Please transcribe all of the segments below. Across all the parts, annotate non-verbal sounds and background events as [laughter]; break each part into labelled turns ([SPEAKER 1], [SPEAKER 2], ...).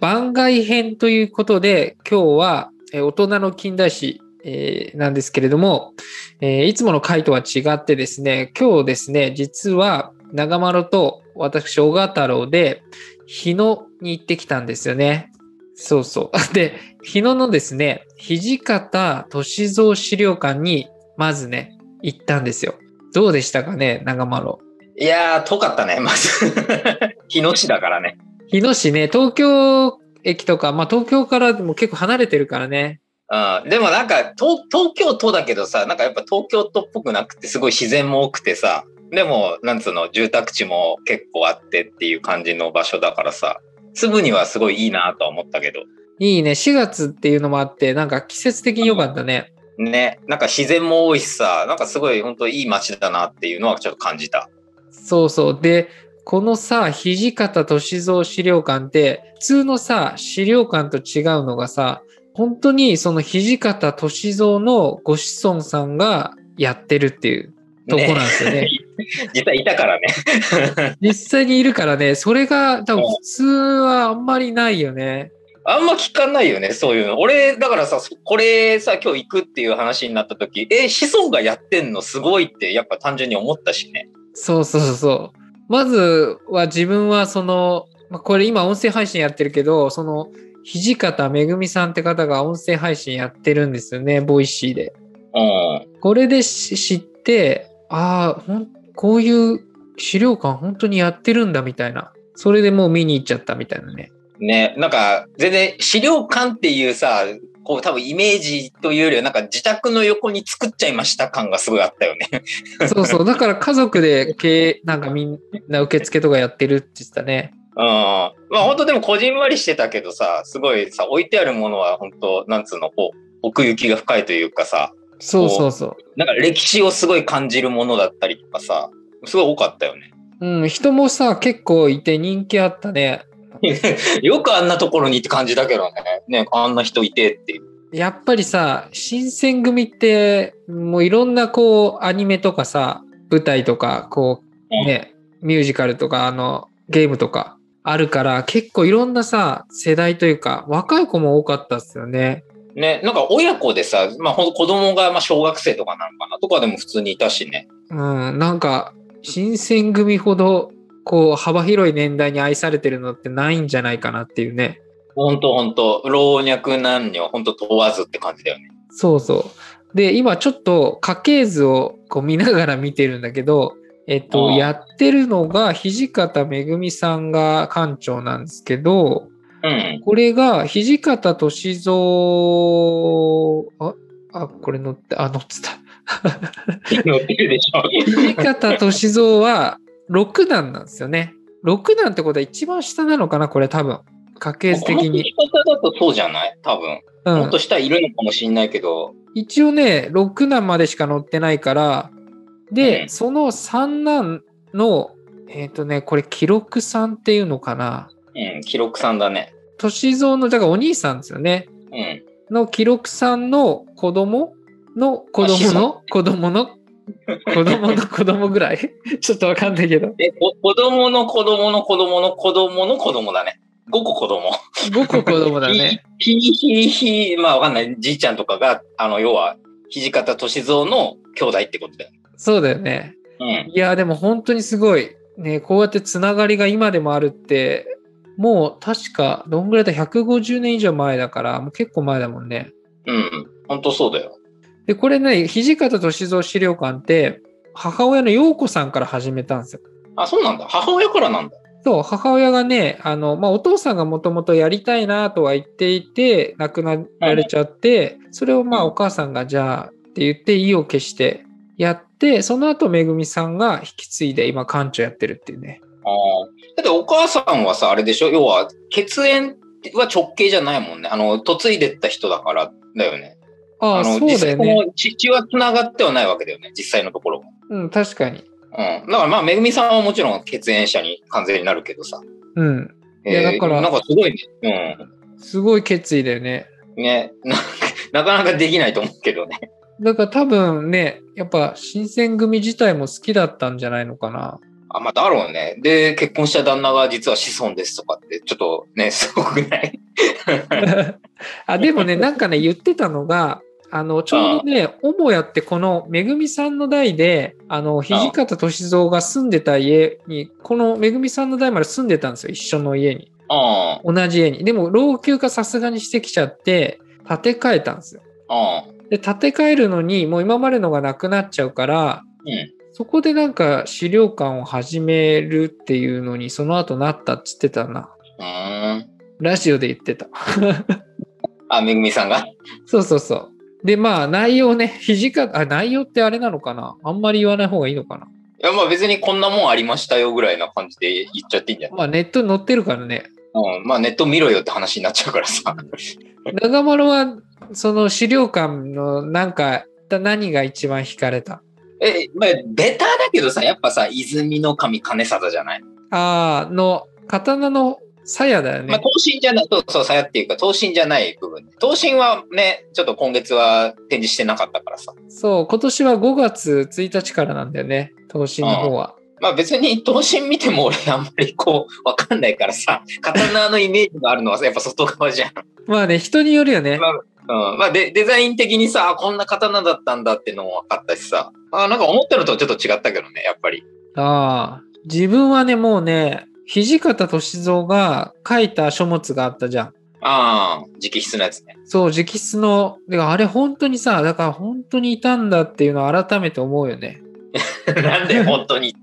[SPEAKER 1] 番外編ということで、今日は、えー大人の近代史、えーなんですけれども、えーいつもの回とは違ってですね、今日ですね、実は長丸と私、小川太郎で、日野に行ってきたんですよね。そうそう。 [laughs] で、日野のですね、土方歳三資料館に、まずね、行ったんですよ。どうでしたかね、長丸。
[SPEAKER 2] いやー、遠かったね、まず。 [laughs] 日野市だからね。
[SPEAKER 1] 日野市ね、東京駅とか、まあ東京からでも結構離れてるからね。
[SPEAKER 2] うん、でもなんか東、東京都だけどさ、なんかやっぱ東京都っぽくなくて、すごい自然も多くてさ、でも、なんつうの、住宅地も結構あってっていう感じの場所だからさ、粒にはすごいいいなとは思ったけど、
[SPEAKER 1] いいね、4月っていうのもあって、なんか季節的に良かったね。
[SPEAKER 2] ね、なんか自然も多いしさ、なんかすごい本当いい街だなっていうのはちょっと感じた。
[SPEAKER 1] そうそう。で、このさ、土方歳三資料館って、普通のさ、資料館と違うのがさ、本当にその土方歳三のご子孫さんがやってるっていうとこなんですよね
[SPEAKER 2] [laughs] 実際いたからね。
[SPEAKER 1] 実際にいるからね、それが多分普通はあんまりないよね。
[SPEAKER 2] あんま聞かないよね、そういうの。俺、だからさ、そこれさ、今日行くっていう話になった時、え、子孫がやってんのすごいって、やっぱ単純に思ったしね。
[SPEAKER 1] そうそうそうそう。まずは自分はその、まあ、これ今音声配信やってるけど、その、土方めぐみさんって方が音声配信やってるんですよね、ボイシーで。
[SPEAKER 2] うん。
[SPEAKER 1] これでし知って、ああ、ほんこういう資料館本当にやってるんだみたいな。それでもう見に行っちゃったみたいなね。
[SPEAKER 2] ね、なんか、全然資料館っていうさ、こう多分イメージというよりは、なんか自宅の横に作っちゃいました感がすごいあったよね。 [laughs]
[SPEAKER 1] そうそう。だから家族で経営、なんかみんな受付とかやってるって言ってたね。
[SPEAKER 2] うん。まあ本当でもこじんまりしてたけどさ、すごいさ、置いてあるものは本当なんつうの、こう、奥行きが深いというかさ、
[SPEAKER 1] そうそうそう。
[SPEAKER 2] なんか歴史をすごい感じるものだったりとかさ、すごい多かったよね。
[SPEAKER 1] うん、人もさ、結構いて人気あったね。
[SPEAKER 2] よくあんなところにって感じだけどね。ね、あんな人いてっていう。
[SPEAKER 1] やっぱりさ、新選組って、もういろんなこう、アニメとかさ、舞台とか、こう、ね、ミュージカルとか、あの、ゲームとか、あるから、結構いろんなさ、世代というか、若い子も多かったっすよね。
[SPEAKER 2] ね、なんか親子でさ、まあ、ほんと子供がまあ小学生とかなのかなとかでも普通にいたしね。
[SPEAKER 1] うん、なんか、新選組ほど、こう、幅広い年代に愛されてるのってないんじゃないかなっていうね。
[SPEAKER 2] ほんとほんと、老若男女、ほんと問わずって感じだよね。
[SPEAKER 1] そうそう。で、今ちょっと家系図をこう見ながら見てるんだけど、えっと、
[SPEAKER 2] ああ
[SPEAKER 1] やってるのが土方めぐみさんが館長なんですけど、 [laughs]
[SPEAKER 2] うん。
[SPEAKER 1] これが土方歳三、あ、あ、これ乗って、あ、乗ってた。
[SPEAKER 2] 乗ってるでしょ。
[SPEAKER 1] 土方歳三は6段なんですよね。6段ってことは一番下なのかなこれ多分。家系図
[SPEAKER 2] この
[SPEAKER 1] 的
[SPEAKER 2] 言
[SPEAKER 1] に。
[SPEAKER 2] い方だとそうじゃない多分。
[SPEAKER 1] う
[SPEAKER 2] もっ
[SPEAKER 1] ん
[SPEAKER 2] と。下いるのかもしんないけど。
[SPEAKER 1] 一応ね、6男までしか乗ってないから、で、
[SPEAKER 2] うん
[SPEAKER 1] その三男の、えっ、とね、これ、記録さんっていうのかな。
[SPEAKER 2] うん、記録さんだね。
[SPEAKER 1] 歳三の、だからお兄さんですよね。
[SPEAKER 2] うん。
[SPEAKER 1] の記録さんの子供の子供の子供の子供の子供ぐらい [laughs] ちょっとわかんないけ [laughs] ど。
[SPEAKER 2] で、こ子供の子供の子供の子供の子供だね。5個子供。
[SPEAKER 1] 5個子供だね。
[SPEAKER 2] ひひひひ、まあわかんない。じいちゃんとかが、あの、要は、土方歳三の兄弟ってことだよ。
[SPEAKER 1] そうだよね。
[SPEAKER 2] うん。
[SPEAKER 1] いや、でも本当にすごい。ね、こうやってつながりが今でもあるって、もう確か、どんぐらいだ ?150 年以上前だから、もう結構前だもんね。
[SPEAKER 2] うん。ほんとそうだよ。
[SPEAKER 1] で、これね、土方歳三資料館って、母親の陽子さんから始めたんですよ。
[SPEAKER 2] あ、そうなんだ。母親からなんだ。
[SPEAKER 1] そう、母親がね、あの、まあ、お父さんがもともとやりたいなとは言っていて、亡くなられちゃって、それをまあ、
[SPEAKER 2] うん
[SPEAKER 1] お母さんがじゃあって言って、意を決してやって、その後、めぐみさんが引き継いで、今、館長やってるっていうね。
[SPEAKER 2] ああ。だってお母さんはさ、あれでしょ要は、血縁は直系じゃないもんね。あの、嫁いでった人だからだよね。
[SPEAKER 1] ああ、
[SPEAKER 2] の、
[SPEAKER 1] そうだよ
[SPEAKER 2] 実際
[SPEAKER 1] ね。
[SPEAKER 2] の父は繋がってはないわけだよね。実際のところは。
[SPEAKER 1] うん、確かに。
[SPEAKER 2] うん。だからまあ、めぐみさんはもちろん血縁者に完全になるけどさ。
[SPEAKER 1] うん。いや
[SPEAKER 2] えー
[SPEAKER 1] だから
[SPEAKER 2] なんかすごいね。うん。
[SPEAKER 1] すごい決意だよね。
[SPEAKER 2] ね、な [laughs] なかなかできないと思うけどね。
[SPEAKER 1] だから多分ね、やっぱ、新選組自体も好きだったんじゃないのかな。 [laughs]
[SPEAKER 2] あ、まあ、だろうね。で、結婚した旦那が実は子孫ですとかって、ちょっとね、 [laughs] すごくない
[SPEAKER 1] あでもね、なんかね、言ってたのが、あのちょうどね、母屋ってこのめぐみさんの代で、あの土方歳三が住んでた家に、このめぐみさんの代まで住んでたんですよ、一緒の家に。
[SPEAKER 2] あ
[SPEAKER 1] 同じ家に。でも老朽化さすがにしてきちゃって、建て替えたんですよ。
[SPEAKER 2] あ、ああ、
[SPEAKER 1] で、建て替えるのに、もう今までのがなくなっちゃうから、
[SPEAKER 2] うん。
[SPEAKER 1] そこでなんか資料館を始めるっていうのに、その後なったっつってたな。
[SPEAKER 2] うーん。
[SPEAKER 1] ラジオで言ってた。
[SPEAKER 2] あ、めぐみさんが
[SPEAKER 1] そうそうそう。で、まあ、内容ね、肘か、あ、内容ってあれなのかなあんまり言わない方がいいのかない
[SPEAKER 2] や、まあ別にこんなもんありましたよぐらいな感じで言っちゃっていいんじゃない
[SPEAKER 1] まあ、ネットに載ってるからね。
[SPEAKER 2] うん。まあネット見ろよって話になっちゃうからさ。 [laughs]
[SPEAKER 1] 長丸は、その資料館のなんか、何が一番惹かれた
[SPEAKER 2] え、まあベターだけどさ、やっぱさ、泉の神金貞じゃない、
[SPEAKER 1] ああ、の、刀の鞘だよ
[SPEAKER 2] まあ
[SPEAKER 1] ね。
[SPEAKER 2] 刀身じゃない、そうそう、さやっていうか、刀身じゃない部分。刀身はね、ちょっと今月は展示してなかったからさ。
[SPEAKER 1] そう、今年は5月1日からなんだよね、投資の方は。
[SPEAKER 2] まあ別に刀身見ても俺あんまりこう、わかんないからさ、刀のイメージがあるのはさ、やっぱ外側じゃん。
[SPEAKER 1] まあね、人によるよね。
[SPEAKER 2] うん、まあデデザイン的にさ、あこんな刀だったんだってのも分かったしさ、あなんか思ったのとちょっと違ったけどね、やっぱり。
[SPEAKER 1] ああ、自分はね、もうね、土方歳三が書いた書物があったじゃん。
[SPEAKER 2] ああ、直筆のやつね。 [laughs]
[SPEAKER 1] そう、直筆の、だからあれ本当にさ、だから本当にいたんだっていうのを改めて思うよね。
[SPEAKER 2] なんで本当に。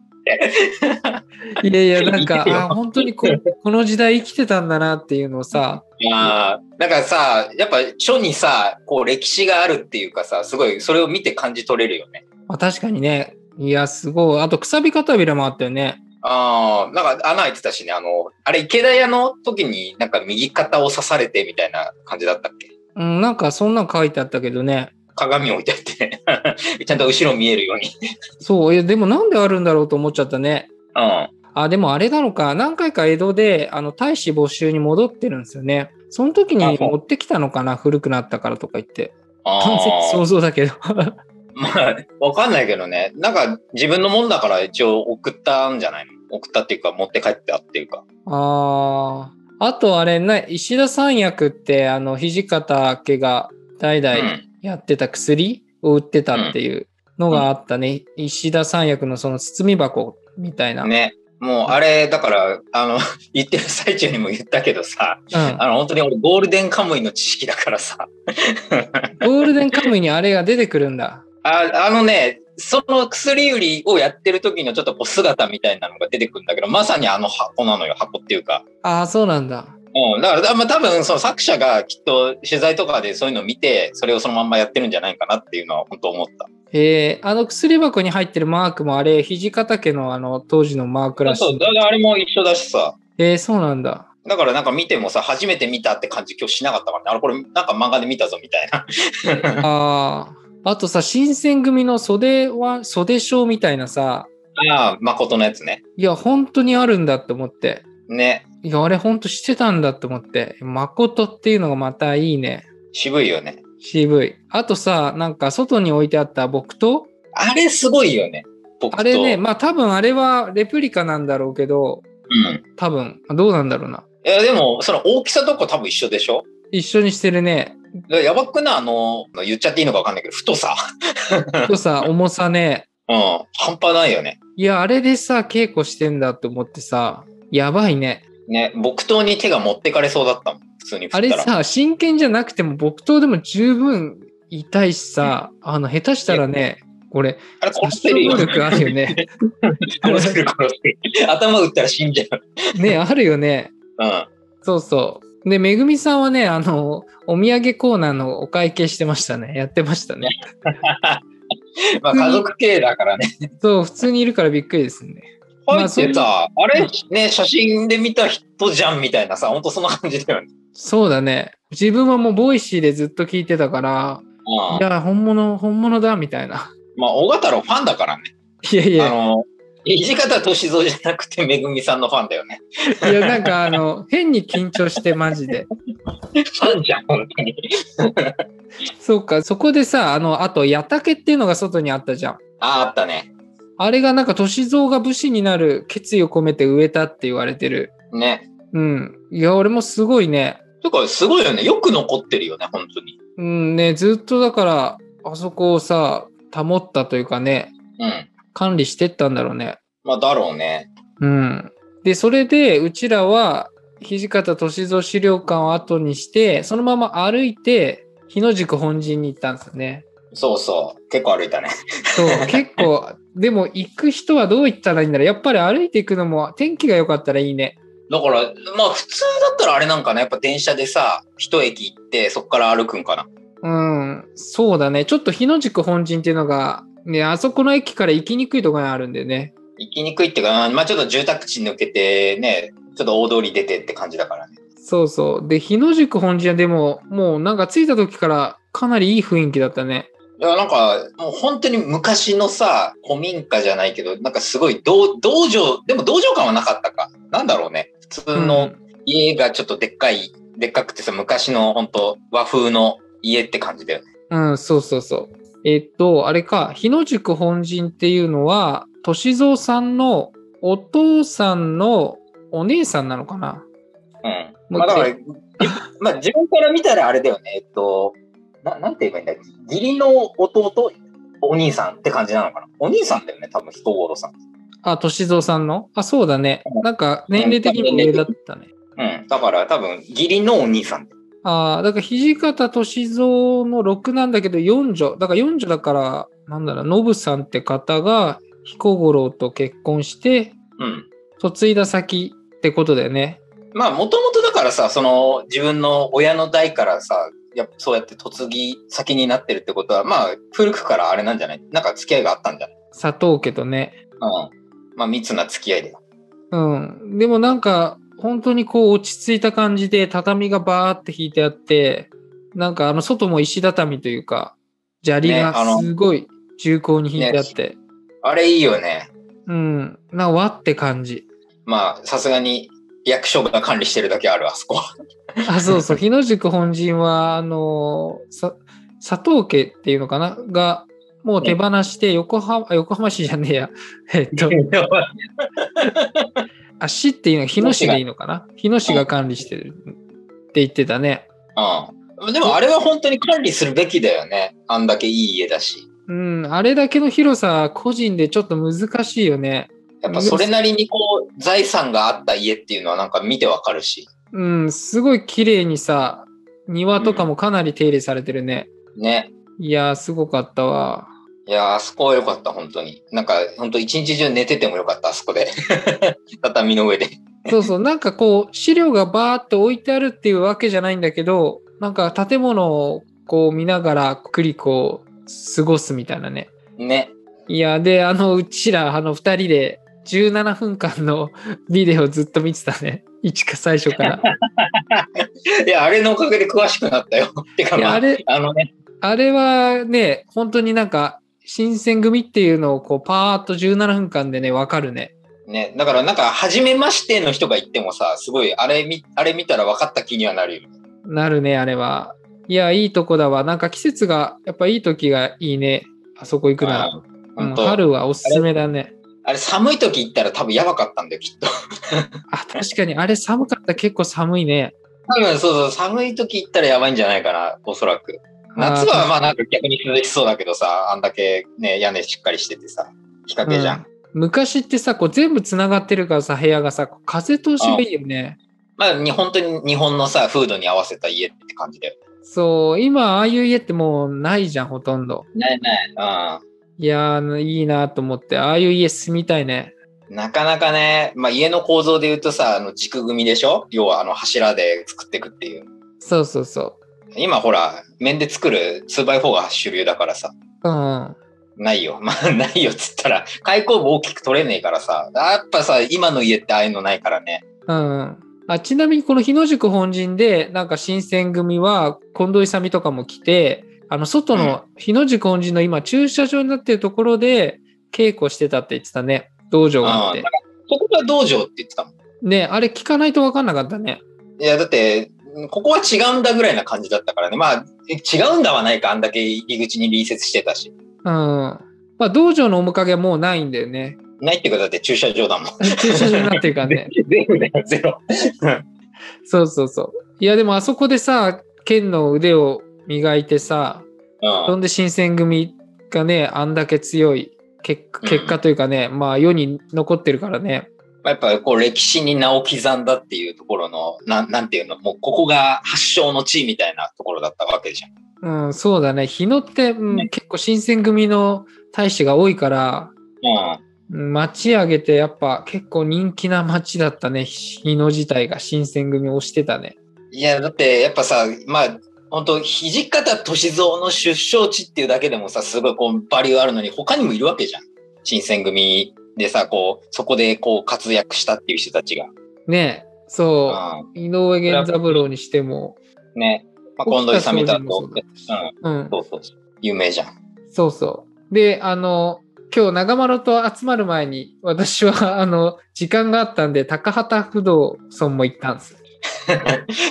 [SPEAKER 1] い [laughs] やいや、なんか
[SPEAKER 2] いい、よ
[SPEAKER 1] あ本当にここの時代生きてたんだなっていうのをさ、
[SPEAKER 2] ああ、なんかさ、やっぱ書にさ、こう歴史があるっていうかさ、すごいそれを見て感じ取れるよね。
[SPEAKER 1] まあ、確かにね、いや、すごい。あと、くさび片びらもあったよね。
[SPEAKER 2] ああ、なんか穴開いてたしね、あの、あれ池田屋の時になんか右肩を刺されてみたいな感じだったっけ
[SPEAKER 1] うん、なんかそんなん書いてあったけどね。
[SPEAKER 2] 鏡置いてあって [laughs] ね、ちゃんと後ろ見えるように。
[SPEAKER 1] そう、いや、でもなんであるんだろうと思っちゃったね。
[SPEAKER 2] うん。
[SPEAKER 1] あ、でもあれなのか、何回か江戸で、あの、大使募集に戻ってるんですよね。その時
[SPEAKER 2] あ
[SPEAKER 1] に
[SPEAKER 2] そう
[SPEAKER 1] 持ってきたのかな、古くなったからとか言って。
[SPEAKER 2] あ
[SPEAKER 1] 完全に
[SPEAKER 2] ー
[SPEAKER 1] 想像だけど。 [laughs]
[SPEAKER 2] まあ、わかんないけどね。なんか自分のもんだから一応送ったんじゃないの送ったっていうか持って帰ったっていうか。
[SPEAKER 1] ああ。あとあれね、石田三役って、あの、土方家が代
[SPEAKER 2] う
[SPEAKER 1] 々
[SPEAKER 2] ん。
[SPEAKER 1] やってた薬を売ってたっていうのがあったね。石田三役のその包み箱みたいな。
[SPEAKER 2] ね。もうあれ、だから、あの、 [laughs] 言ってる最中にも言ったけどさ、
[SPEAKER 1] うん。
[SPEAKER 2] あの、本当に俺ゴールデンカムイの知識だからさ。
[SPEAKER 1] ゴールデンカムイにあれが出てくるんだ。
[SPEAKER 2] ああのね、その薬売りをやってる時のちょっとこう姿みたいなのが出てくるんだけど、まさにあの箱なのよ、箱っていうか。
[SPEAKER 1] ああ、そうなんだ。
[SPEAKER 2] うん、だから、だまあ、多分その作者がきっと取材とかでそういうのを見て、それをそのまんまやってるんじゃないかなっていうのは本当思った。
[SPEAKER 1] えー、あの薬箱に入ってるマークもあれ、土方家のあの当時のマークらし
[SPEAKER 2] そう、
[SPEAKER 1] い。
[SPEAKER 2] だからあれも一緒だしさ。
[SPEAKER 1] えー、そうなんだ。
[SPEAKER 2] [laughs] だからなんか見てもさ、初めて見たって感じ今日しなかったからね。あれこれなんか漫画で見たぞみた
[SPEAKER 1] [laughs]
[SPEAKER 2] いな。
[SPEAKER 1] ああ。あとさ、新選組の袖は、袖章みたいなさ、
[SPEAKER 2] [laughs] ああ、誠のやつね。
[SPEAKER 1] いや、本当にあるんだって思って。
[SPEAKER 2] ね。
[SPEAKER 1] いや、あれ本当してたんだって思って。誠っていうのがまたいいね。
[SPEAKER 2] 渋いよね。
[SPEAKER 1] 渋い。あとさ、なんか外に置いてあった木刀
[SPEAKER 2] あれすごいよね。僕と。
[SPEAKER 1] あれね、まあ多分あれはレプリカなんだろうけど、
[SPEAKER 2] うん。
[SPEAKER 1] 多分、どうなんだろうな。
[SPEAKER 2] いや、でも、その大きさとか多分一緒でしょ
[SPEAKER 1] 一緒にしてる
[SPEAKER 2] [laughs]
[SPEAKER 1] ね。
[SPEAKER 2] だからやばくないあの、言っちゃっていいのかわかんないけど、太さ。
[SPEAKER 1] とさ、重さね。
[SPEAKER 2] うん。半端ないよね。
[SPEAKER 1] いや、あれでさ、稽古してんだって思ってさ、やばいね。
[SPEAKER 2] ね。木刀に手が持ってかれそうだったもん。普通に振
[SPEAKER 1] あ
[SPEAKER 2] っ
[SPEAKER 1] れ
[SPEAKER 2] たら。
[SPEAKER 1] さ、真剣じゃなくても木刀でも十分痛いしさ、あの、下手したらね、これ、
[SPEAKER 2] あれ殺
[SPEAKER 1] 殺
[SPEAKER 2] せるよ
[SPEAKER 1] 傷能。力あるよね。
[SPEAKER 2] 殺せる殺せる。頭打ったら死んじゃ
[SPEAKER 1] [laughs]
[SPEAKER 2] う。
[SPEAKER 1] ね、あるよね。
[SPEAKER 2] うん。
[SPEAKER 1] そうそう。で、めぐみさんはね、あの、お土産コーナーのお会計してましたね。やってましたね。
[SPEAKER 2] まあ家族系だからね。
[SPEAKER 1] そう、普通にいるからびっくりですね。
[SPEAKER 2] 入ってさ、あれね、写真で見た人じゃんみたいなさ、ほんとそんな感じだよね。
[SPEAKER 1] そうだね。自分はもうボイシーでずっと聞いてたから、
[SPEAKER 2] うん
[SPEAKER 1] いや、本物、本物だ、みたいな。
[SPEAKER 2] まあ、大型のファンだからね。
[SPEAKER 1] いやい
[SPEAKER 2] あ
[SPEAKER 1] や、
[SPEAKER 2] の、土方歳三じゃなくて、めぐみさんのファンだよね。
[SPEAKER 1] いや、なんかあの、変に緊張して、マジで。
[SPEAKER 2] ファンじゃん、本当に。
[SPEAKER 1] そうか、そこでさ、あの、あと、矢竹っていうのが外にあったじゃん。
[SPEAKER 2] ああ、あったね。
[SPEAKER 1] あれがなんか歳三が武士になる決意を込めて植えたって言われてる。
[SPEAKER 2] ね。
[SPEAKER 1] うん。いや、俺もすごいね。
[SPEAKER 2] だからすごいよね。よく残ってるよね、本当に。
[SPEAKER 1] うんね、ずっとだから、あそこをさ、保ったというかね、
[SPEAKER 2] うん。
[SPEAKER 1] 管理してったんだろうね。
[SPEAKER 2] まあ、だろうね。
[SPEAKER 1] うん。で、それで、うちらは、土方歳三資料館を後にして、そのまま歩いて、日野宿本陣に行ったんですよね。
[SPEAKER 2] そうそう。結構歩いたね。
[SPEAKER 1] そう、結構、でも行く人はどう行ったらいいんだろう。やっぱり歩いていくのも、天気が良かったらいいね。
[SPEAKER 2] だから、まあ普通だったらあれなんかな。やっぱ電車でさ、一駅行って、そっから歩くんかな。
[SPEAKER 1] うん、そうだね。ちょっと日野宿本陣っていうのが、ね、あそこの駅から行きにくいところにあるんだよね。
[SPEAKER 2] 行きにくいっていうか、まあちょっと住宅地抜けてね、ちょっと大通り出てって感じだからね。
[SPEAKER 1] そうそう。で、日野宿本陣はでも、もうなんか着いた時からかなりいい雰囲気だったね。
[SPEAKER 2] いや、なんか、もう本当に昔のさ、古民家じゃないけど、なんかすごい、道道場、でも道場感はなかったか。なんだろうね。普通
[SPEAKER 1] う
[SPEAKER 2] の
[SPEAKER 1] ん
[SPEAKER 2] 家がちょっとでっかい、でっかくてさ、昔の本当和風の家って感じだよね。
[SPEAKER 1] うん、そうそうそう。えっと、あれか、日野宿本陣っていうのは、歳三さんのお父さんのお姉さんなのかな
[SPEAKER 2] うん。まあだから、 [laughs] まあ自分から見たらあれだよね。えっと、ななんて言えばいいんだ義理の弟、お兄さんって感じなのかな。お兄さんだよね、多分人頃さん。
[SPEAKER 1] あ、歳三さんのあ、そうだね。なんか年齢的にも上だったね。
[SPEAKER 2] うん。だから多分義理のお兄さん。
[SPEAKER 1] ああ、だから土方歳三の6なんだけど4女。だから4女だから、なんだろう、ノブさんって方が彦五郎と結婚して、
[SPEAKER 2] うん。
[SPEAKER 1] 嫁いだ先ってことだよね。
[SPEAKER 2] まあ、もともとだからさ、その自分の親の代からさ、やっぱそうやって嫁ぎ先になってるってことは、まあ、古くからあれなんじゃないなんか付き合いがあったんじゃない
[SPEAKER 1] 佐藤家とね。
[SPEAKER 2] うん。まあ、密な付き合いだよ。
[SPEAKER 1] うん。でもなんか、本当にこう落ち着いた感じで畳がバーって引いてあって、なんかあの外も石畳というか、砂利
[SPEAKER 2] ねあ
[SPEAKER 1] が
[SPEAKER 2] の
[SPEAKER 1] すごい重厚に引いてあって、
[SPEAKER 2] あれいいよね。
[SPEAKER 1] うん。なんか和って感じ。
[SPEAKER 2] まあ、さすがに役所が管理してるだけある、あそこは。
[SPEAKER 1] あ、そうそう。日野宿本陣は、あのーさ、佐藤家っていうのかなが、もう手放して、横浜、あ横浜市じゃねえや。 [laughs] えっと、あ、市っていうのは日野市がいいのかな日野市が管理してるって言ってたね。
[SPEAKER 2] うん。でも、あれは本当に管理するべきだよね。あんだけいい家だし。
[SPEAKER 1] うん、あれだけの広さ、個人でちょっと難しいよね。
[SPEAKER 2] やっぱそれなりにこう、財産があった家っていうのはなんか見てわかるし。
[SPEAKER 1] うん、すごい綺麗にさ、庭とかもかなり手入れされてるね。
[SPEAKER 2] ね。
[SPEAKER 1] いやー、すごかったわ。
[SPEAKER 2] いやーあそこは良かった、本当に。なんか、本当一日中寝てても良かった、あそこで。 [laughs] 畳の上で。
[SPEAKER 1] そうそう、なんかこう、資料がバーって置いてあるっていうわけじゃないんだけど、なんか建物をこう見ながら、クリコを過ごすみたいなね。
[SPEAKER 2] ね。
[SPEAKER 1] いや、で、あの、うちら、あの、二人で17分間の [laughs] ビデオずっと見てたね。一か最初から。
[SPEAKER 2] いや、あれのおかげで詳しくなったよ。 [laughs] てか、
[SPEAKER 1] いや
[SPEAKER 2] ま
[SPEAKER 1] あ
[SPEAKER 2] あ、
[SPEAKER 1] れ、
[SPEAKER 2] あのね、
[SPEAKER 1] あれはね、本当になんか、新選組っていうのをこう、パーっと17分間でね、わかるね。
[SPEAKER 2] ね、だからなんか、初めましての人が言ってもさ、すごい、あれ見、あれ見たら分かった気にはなるよ。
[SPEAKER 1] なるね、あれは。いや、いいとこだわ。なんか季節が、やっぱいい時がいいね。あそこ行くなら。う
[SPEAKER 2] 本
[SPEAKER 1] ん、
[SPEAKER 2] 当、
[SPEAKER 1] 春はおすすめだね。
[SPEAKER 2] あれ寒い時行ったら多分やばかったんだよ、きっと。
[SPEAKER 1] あ、確かに、あれ寒かった、結構寒いね。
[SPEAKER 2] 多分、そうそう、寒い時行ったらやばいんじゃないかな、おそらく。夏はまあなんか逆に涼しそうだけどさ、あんだけね、屋根しっかりしててさ、日
[SPEAKER 1] あー
[SPEAKER 2] 陰じゃん。
[SPEAKER 1] 昔ってさ、こう全部つながってるからさ、部屋がさ、こう風通しがいいよね。
[SPEAKER 2] まあ、に本当に日本のさ、風土に合わせた家って感じだよ。
[SPEAKER 1] そう、今、ああいう家ってもうないじゃん、ほとんど。
[SPEAKER 2] ないない。
[SPEAKER 1] いやー、いいなと思って、ああいう家住みたいね。
[SPEAKER 2] うん。なかなかね、まあ、家の構造で言うとさ、あの軸組みでしょ要はあの柱で作っていくっていう。
[SPEAKER 1] そうそうそ
[SPEAKER 2] 今ほら、面で作る 2x4 が主流だからさ。
[SPEAKER 1] う。うん。
[SPEAKER 2] ないよ。 [laughs] まあ、ないよっつったら、開口部大きく取れねえからさ。やっぱさ、今の家ってああいうのないからね。
[SPEAKER 1] うん。あちなみにこの日野宿本陣でなんか新選組は近藤勇とかも来てあの外の日野宿本陣の今駐車場になってるところで稽古してたって言ってたね道場があって
[SPEAKER 2] うんここが道場って言ってたもん。
[SPEAKER 1] ねあれ聞かないと分かんなかったね
[SPEAKER 2] いや、だって、ここは違うんだぐらいな感じだったからね。まあ、違うんだはないか、あんだけ入り口に隣接してたし。
[SPEAKER 1] うんまあ、道場の面影はもうないんだよね。
[SPEAKER 2] ないっていうか、だって駐車場だもん。
[SPEAKER 1] 駐車場になってるからね。
[SPEAKER 2] 全部だよ、ゼロ。
[SPEAKER 1] そうそうそう。いや、でもあそこでさ、剣の腕を磨いてさ、
[SPEAKER 2] う
[SPEAKER 1] そ
[SPEAKER 2] ん。
[SPEAKER 1] んで新選組がね、あんだけ強い結
[SPEAKER 2] うん
[SPEAKER 1] 結果というかね、まあ世に残ってるからね。
[SPEAKER 2] やっぱこう歴史に名を刻んだっていうところの、なんなんていうの、もうここが発祥の地みたいなところだったわけじゃん。
[SPEAKER 1] うん、そうだね。日野って、うん
[SPEAKER 2] ね
[SPEAKER 1] 結構新選組の大使が多いから、
[SPEAKER 2] う
[SPEAKER 1] うん町上げてやっぱ結構人気な町だったね。日野自体が新選組を推してたね。
[SPEAKER 2] ん。いや、だってやっぱさ、まあ、本当土方歳三の出生地っていうだけでもさ、すごいこうバリューあるのに、他にもいるわけじゃん。新選組でさ、こう、そこでこう活躍したっていう人たちが。
[SPEAKER 1] ねえそうう。井上源三郎にしても、
[SPEAKER 2] ん。ね。まあ、近藤勇太郎
[SPEAKER 1] 沖
[SPEAKER 2] と、うん。
[SPEAKER 1] うん、
[SPEAKER 2] そうそうそう。有名じゃん。 [laughs]
[SPEAKER 1] そうそう。で、あの、今日長丸と集まる前に、私は、 [laughs] あの、時間があったんで、高畑不動尊も行ったんです。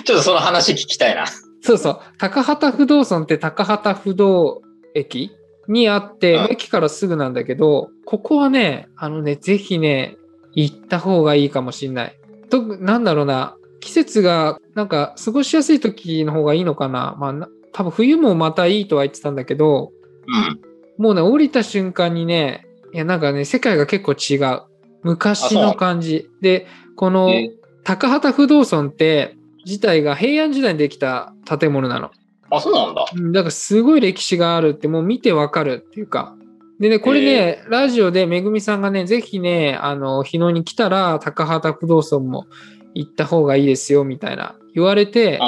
[SPEAKER 2] ちょっとその話聞きたいな。
[SPEAKER 1] そうそう。高畑不動尊って高畑不動駅にあって、
[SPEAKER 2] うん
[SPEAKER 1] 駅からすぐなんだけど、ここはね、あのね、ぜひね、行った方がいいかもしんない。と、なんだろうな、季節が、なんか、過ごしやすい時の方がいいのかな。まあな、多分冬もまたいいとは言ってたんだけど、
[SPEAKER 2] うん。
[SPEAKER 1] もうね、降りた瞬間にね、いや、なんかね、世界が結構違う。昔の感じ。で、この
[SPEAKER 2] え
[SPEAKER 1] 高畑不動尊って、自体が平安時代にできた建物なの。
[SPEAKER 2] あ、そうなんだ。
[SPEAKER 1] うんだからすごい歴史があるって、もう見てわかるっていうか。でね、これね、ラジオでめぐみさんがね、ぜひね、あの、日野に来たら、高畑不動尊も行った方がいいですよ、みたいな言われて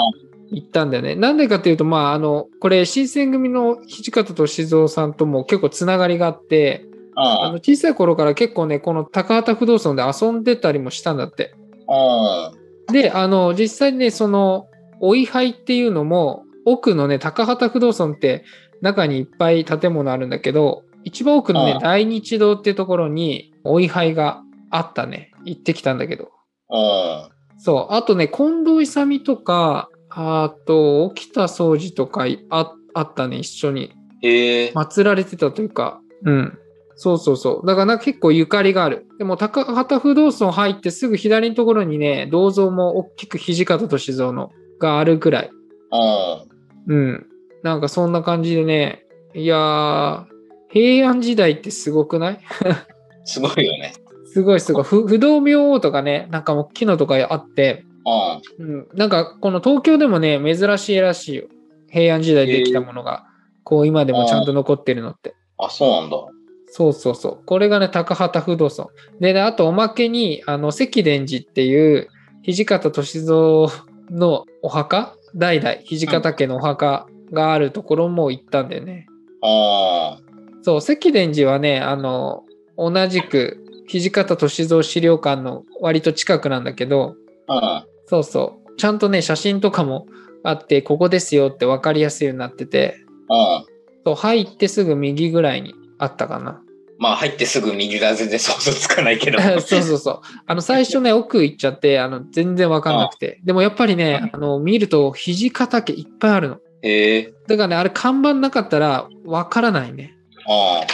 [SPEAKER 2] う、
[SPEAKER 1] 行ったんだよね。なんでかっていうと、まあ、あの、これ、新選組の土方歳三さんとも結構つながりがあって、あ
[SPEAKER 2] う
[SPEAKER 1] の、小さい頃から結構ね、この高畑不動尊で遊んでたりもしたんだって。
[SPEAKER 2] ん。うん。
[SPEAKER 1] で、あの、実際にね、その、お位牌っていうのも、奥のね、高畑不動尊って中にいっぱい建物あるんだけど、一番奥のね
[SPEAKER 2] あ、あ
[SPEAKER 1] 大日堂っていうところにお位牌があったね。行ってきたんだけど。
[SPEAKER 2] うん。
[SPEAKER 1] そう。あとね、近藤勇とか、あと、沖田総司とかいああったね、一緒に。
[SPEAKER 2] へえ。
[SPEAKER 1] 祀られてたというか、うん。そうそうそう。だからなんか結構ゆかりがある。でも、高畑不動尊入ってすぐ左のところにね、銅像も大きく土方歳三のがあるくらい。
[SPEAKER 2] うん。
[SPEAKER 1] うん。なんかそんな感じでね、いやー、平安時代ってすごくない
[SPEAKER 2] すごいよね。
[SPEAKER 1] すごいすごい。ふ不動明王とかね、なんかもう木のとかあって、
[SPEAKER 2] うん。
[SPEAKER 1] うん、なんかこの東京でもね、珍しいらしいよ。平安時代できたものが、こう今でもちゃんと残ってるのって。
[SPEAKER 2] あ、そうなんだ。
[SPEAKER 1] そうそうそう。これがね、高畑不動尊。でね、あとおまけに、あの、赤伝寺っていう、土方歳三のお墓代々、土方家のお墓があるところも行ったんだよね。
[SPEAKER 2] うん。
[SPEAKER 1] そう、赤伝寺はね、あの、同じく、土方歳三資料館の割と近くなんだけど、
[SPEAKER 2] うん。
[SPEAKER 1] そうそう。ちゃんとね、写真とかもあって、ここですよって分かりやすいようになってて、
[SPEAKER 2] うん。
[SPEAKER 1] そう、入ってすぐ右ぐらいにあったかな。
[SPEAKER 2] まあ入ってすぐ右だ全然想像つかない
[SPEAKER 1] [laughs]
[SPEAKER 2] けど。
[SPEAKER 1] そうそうそう。あの、最初ね、奥行っちゃって、あの、全然わかんなくて。でもやっぱりね、あの、見ると、土方家いっぱいあるの。
[SPEAKER 2] へえ。
[SPEAKER 1] だからね、あれ看板なかったら、わからないね。
[SPEAKER 2] う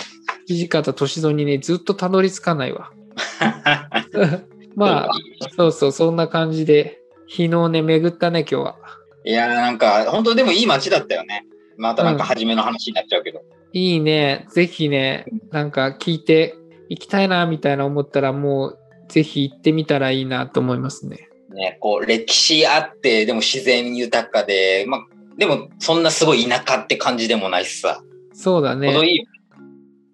[SPEAKER 1] 土方歳三にね、ずっとたどり着かないわ。 [laughs]
[SPEAKER 2] ん。
[SPEAKER 1] まあ、そうそう、そんな感じで、日のね、巡ったね、今日は。
[SPEAKER 2] いやーなんか、本当でもいい街だったよね。またなんか初めの話になっちゃうけど。
[SPEAKER 1] いいね、ぜひね、なんか聞いて行きたいな、みたいな思ったら、もう、ぜひ行ってみたらいいなと思いますね。
[SPEAKER 2] ね、こう歴史あって、でも自然豊かで、まあ、でもそんなすごい田舎って感じでもないしさ。
[SPEAKER 1] そうだね。
[SPEAKER 2] 程いいよ。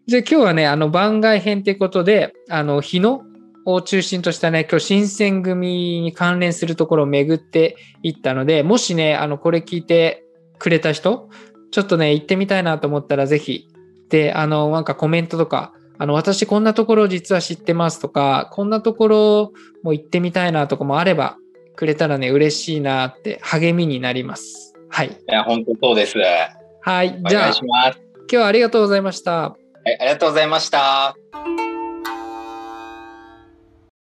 [SPEAKER 1] じゃあ今日はね、あの番外編ってことで、あの日野を中心としたね、今日新選組に関連するところを巡っていったので、もしね、あのこれ聞いてくれた人、ちょっとね、行ってみたいなと思ったらぜひ、で、あの、なんかコメントとか、あの、私こんなところ実は知ってますとか、こんなところも行ってみたいなとかもあれば、くれたらね、嬉しいなって励みになります。はい。
[SPEAKER 2] いや、本当そうです。
[SPEAKER 1] はい。
[SPEAKER 2] お
[SPEAKER 1] じゃあ、
[SPEAKER 2] 願いし
[SPEAKER 1] 今
[SPEAKER 2] ます。
[SPEAKER 1] 日はありがとうございました。
[SPEAKER 2] はい、ありがとうございました。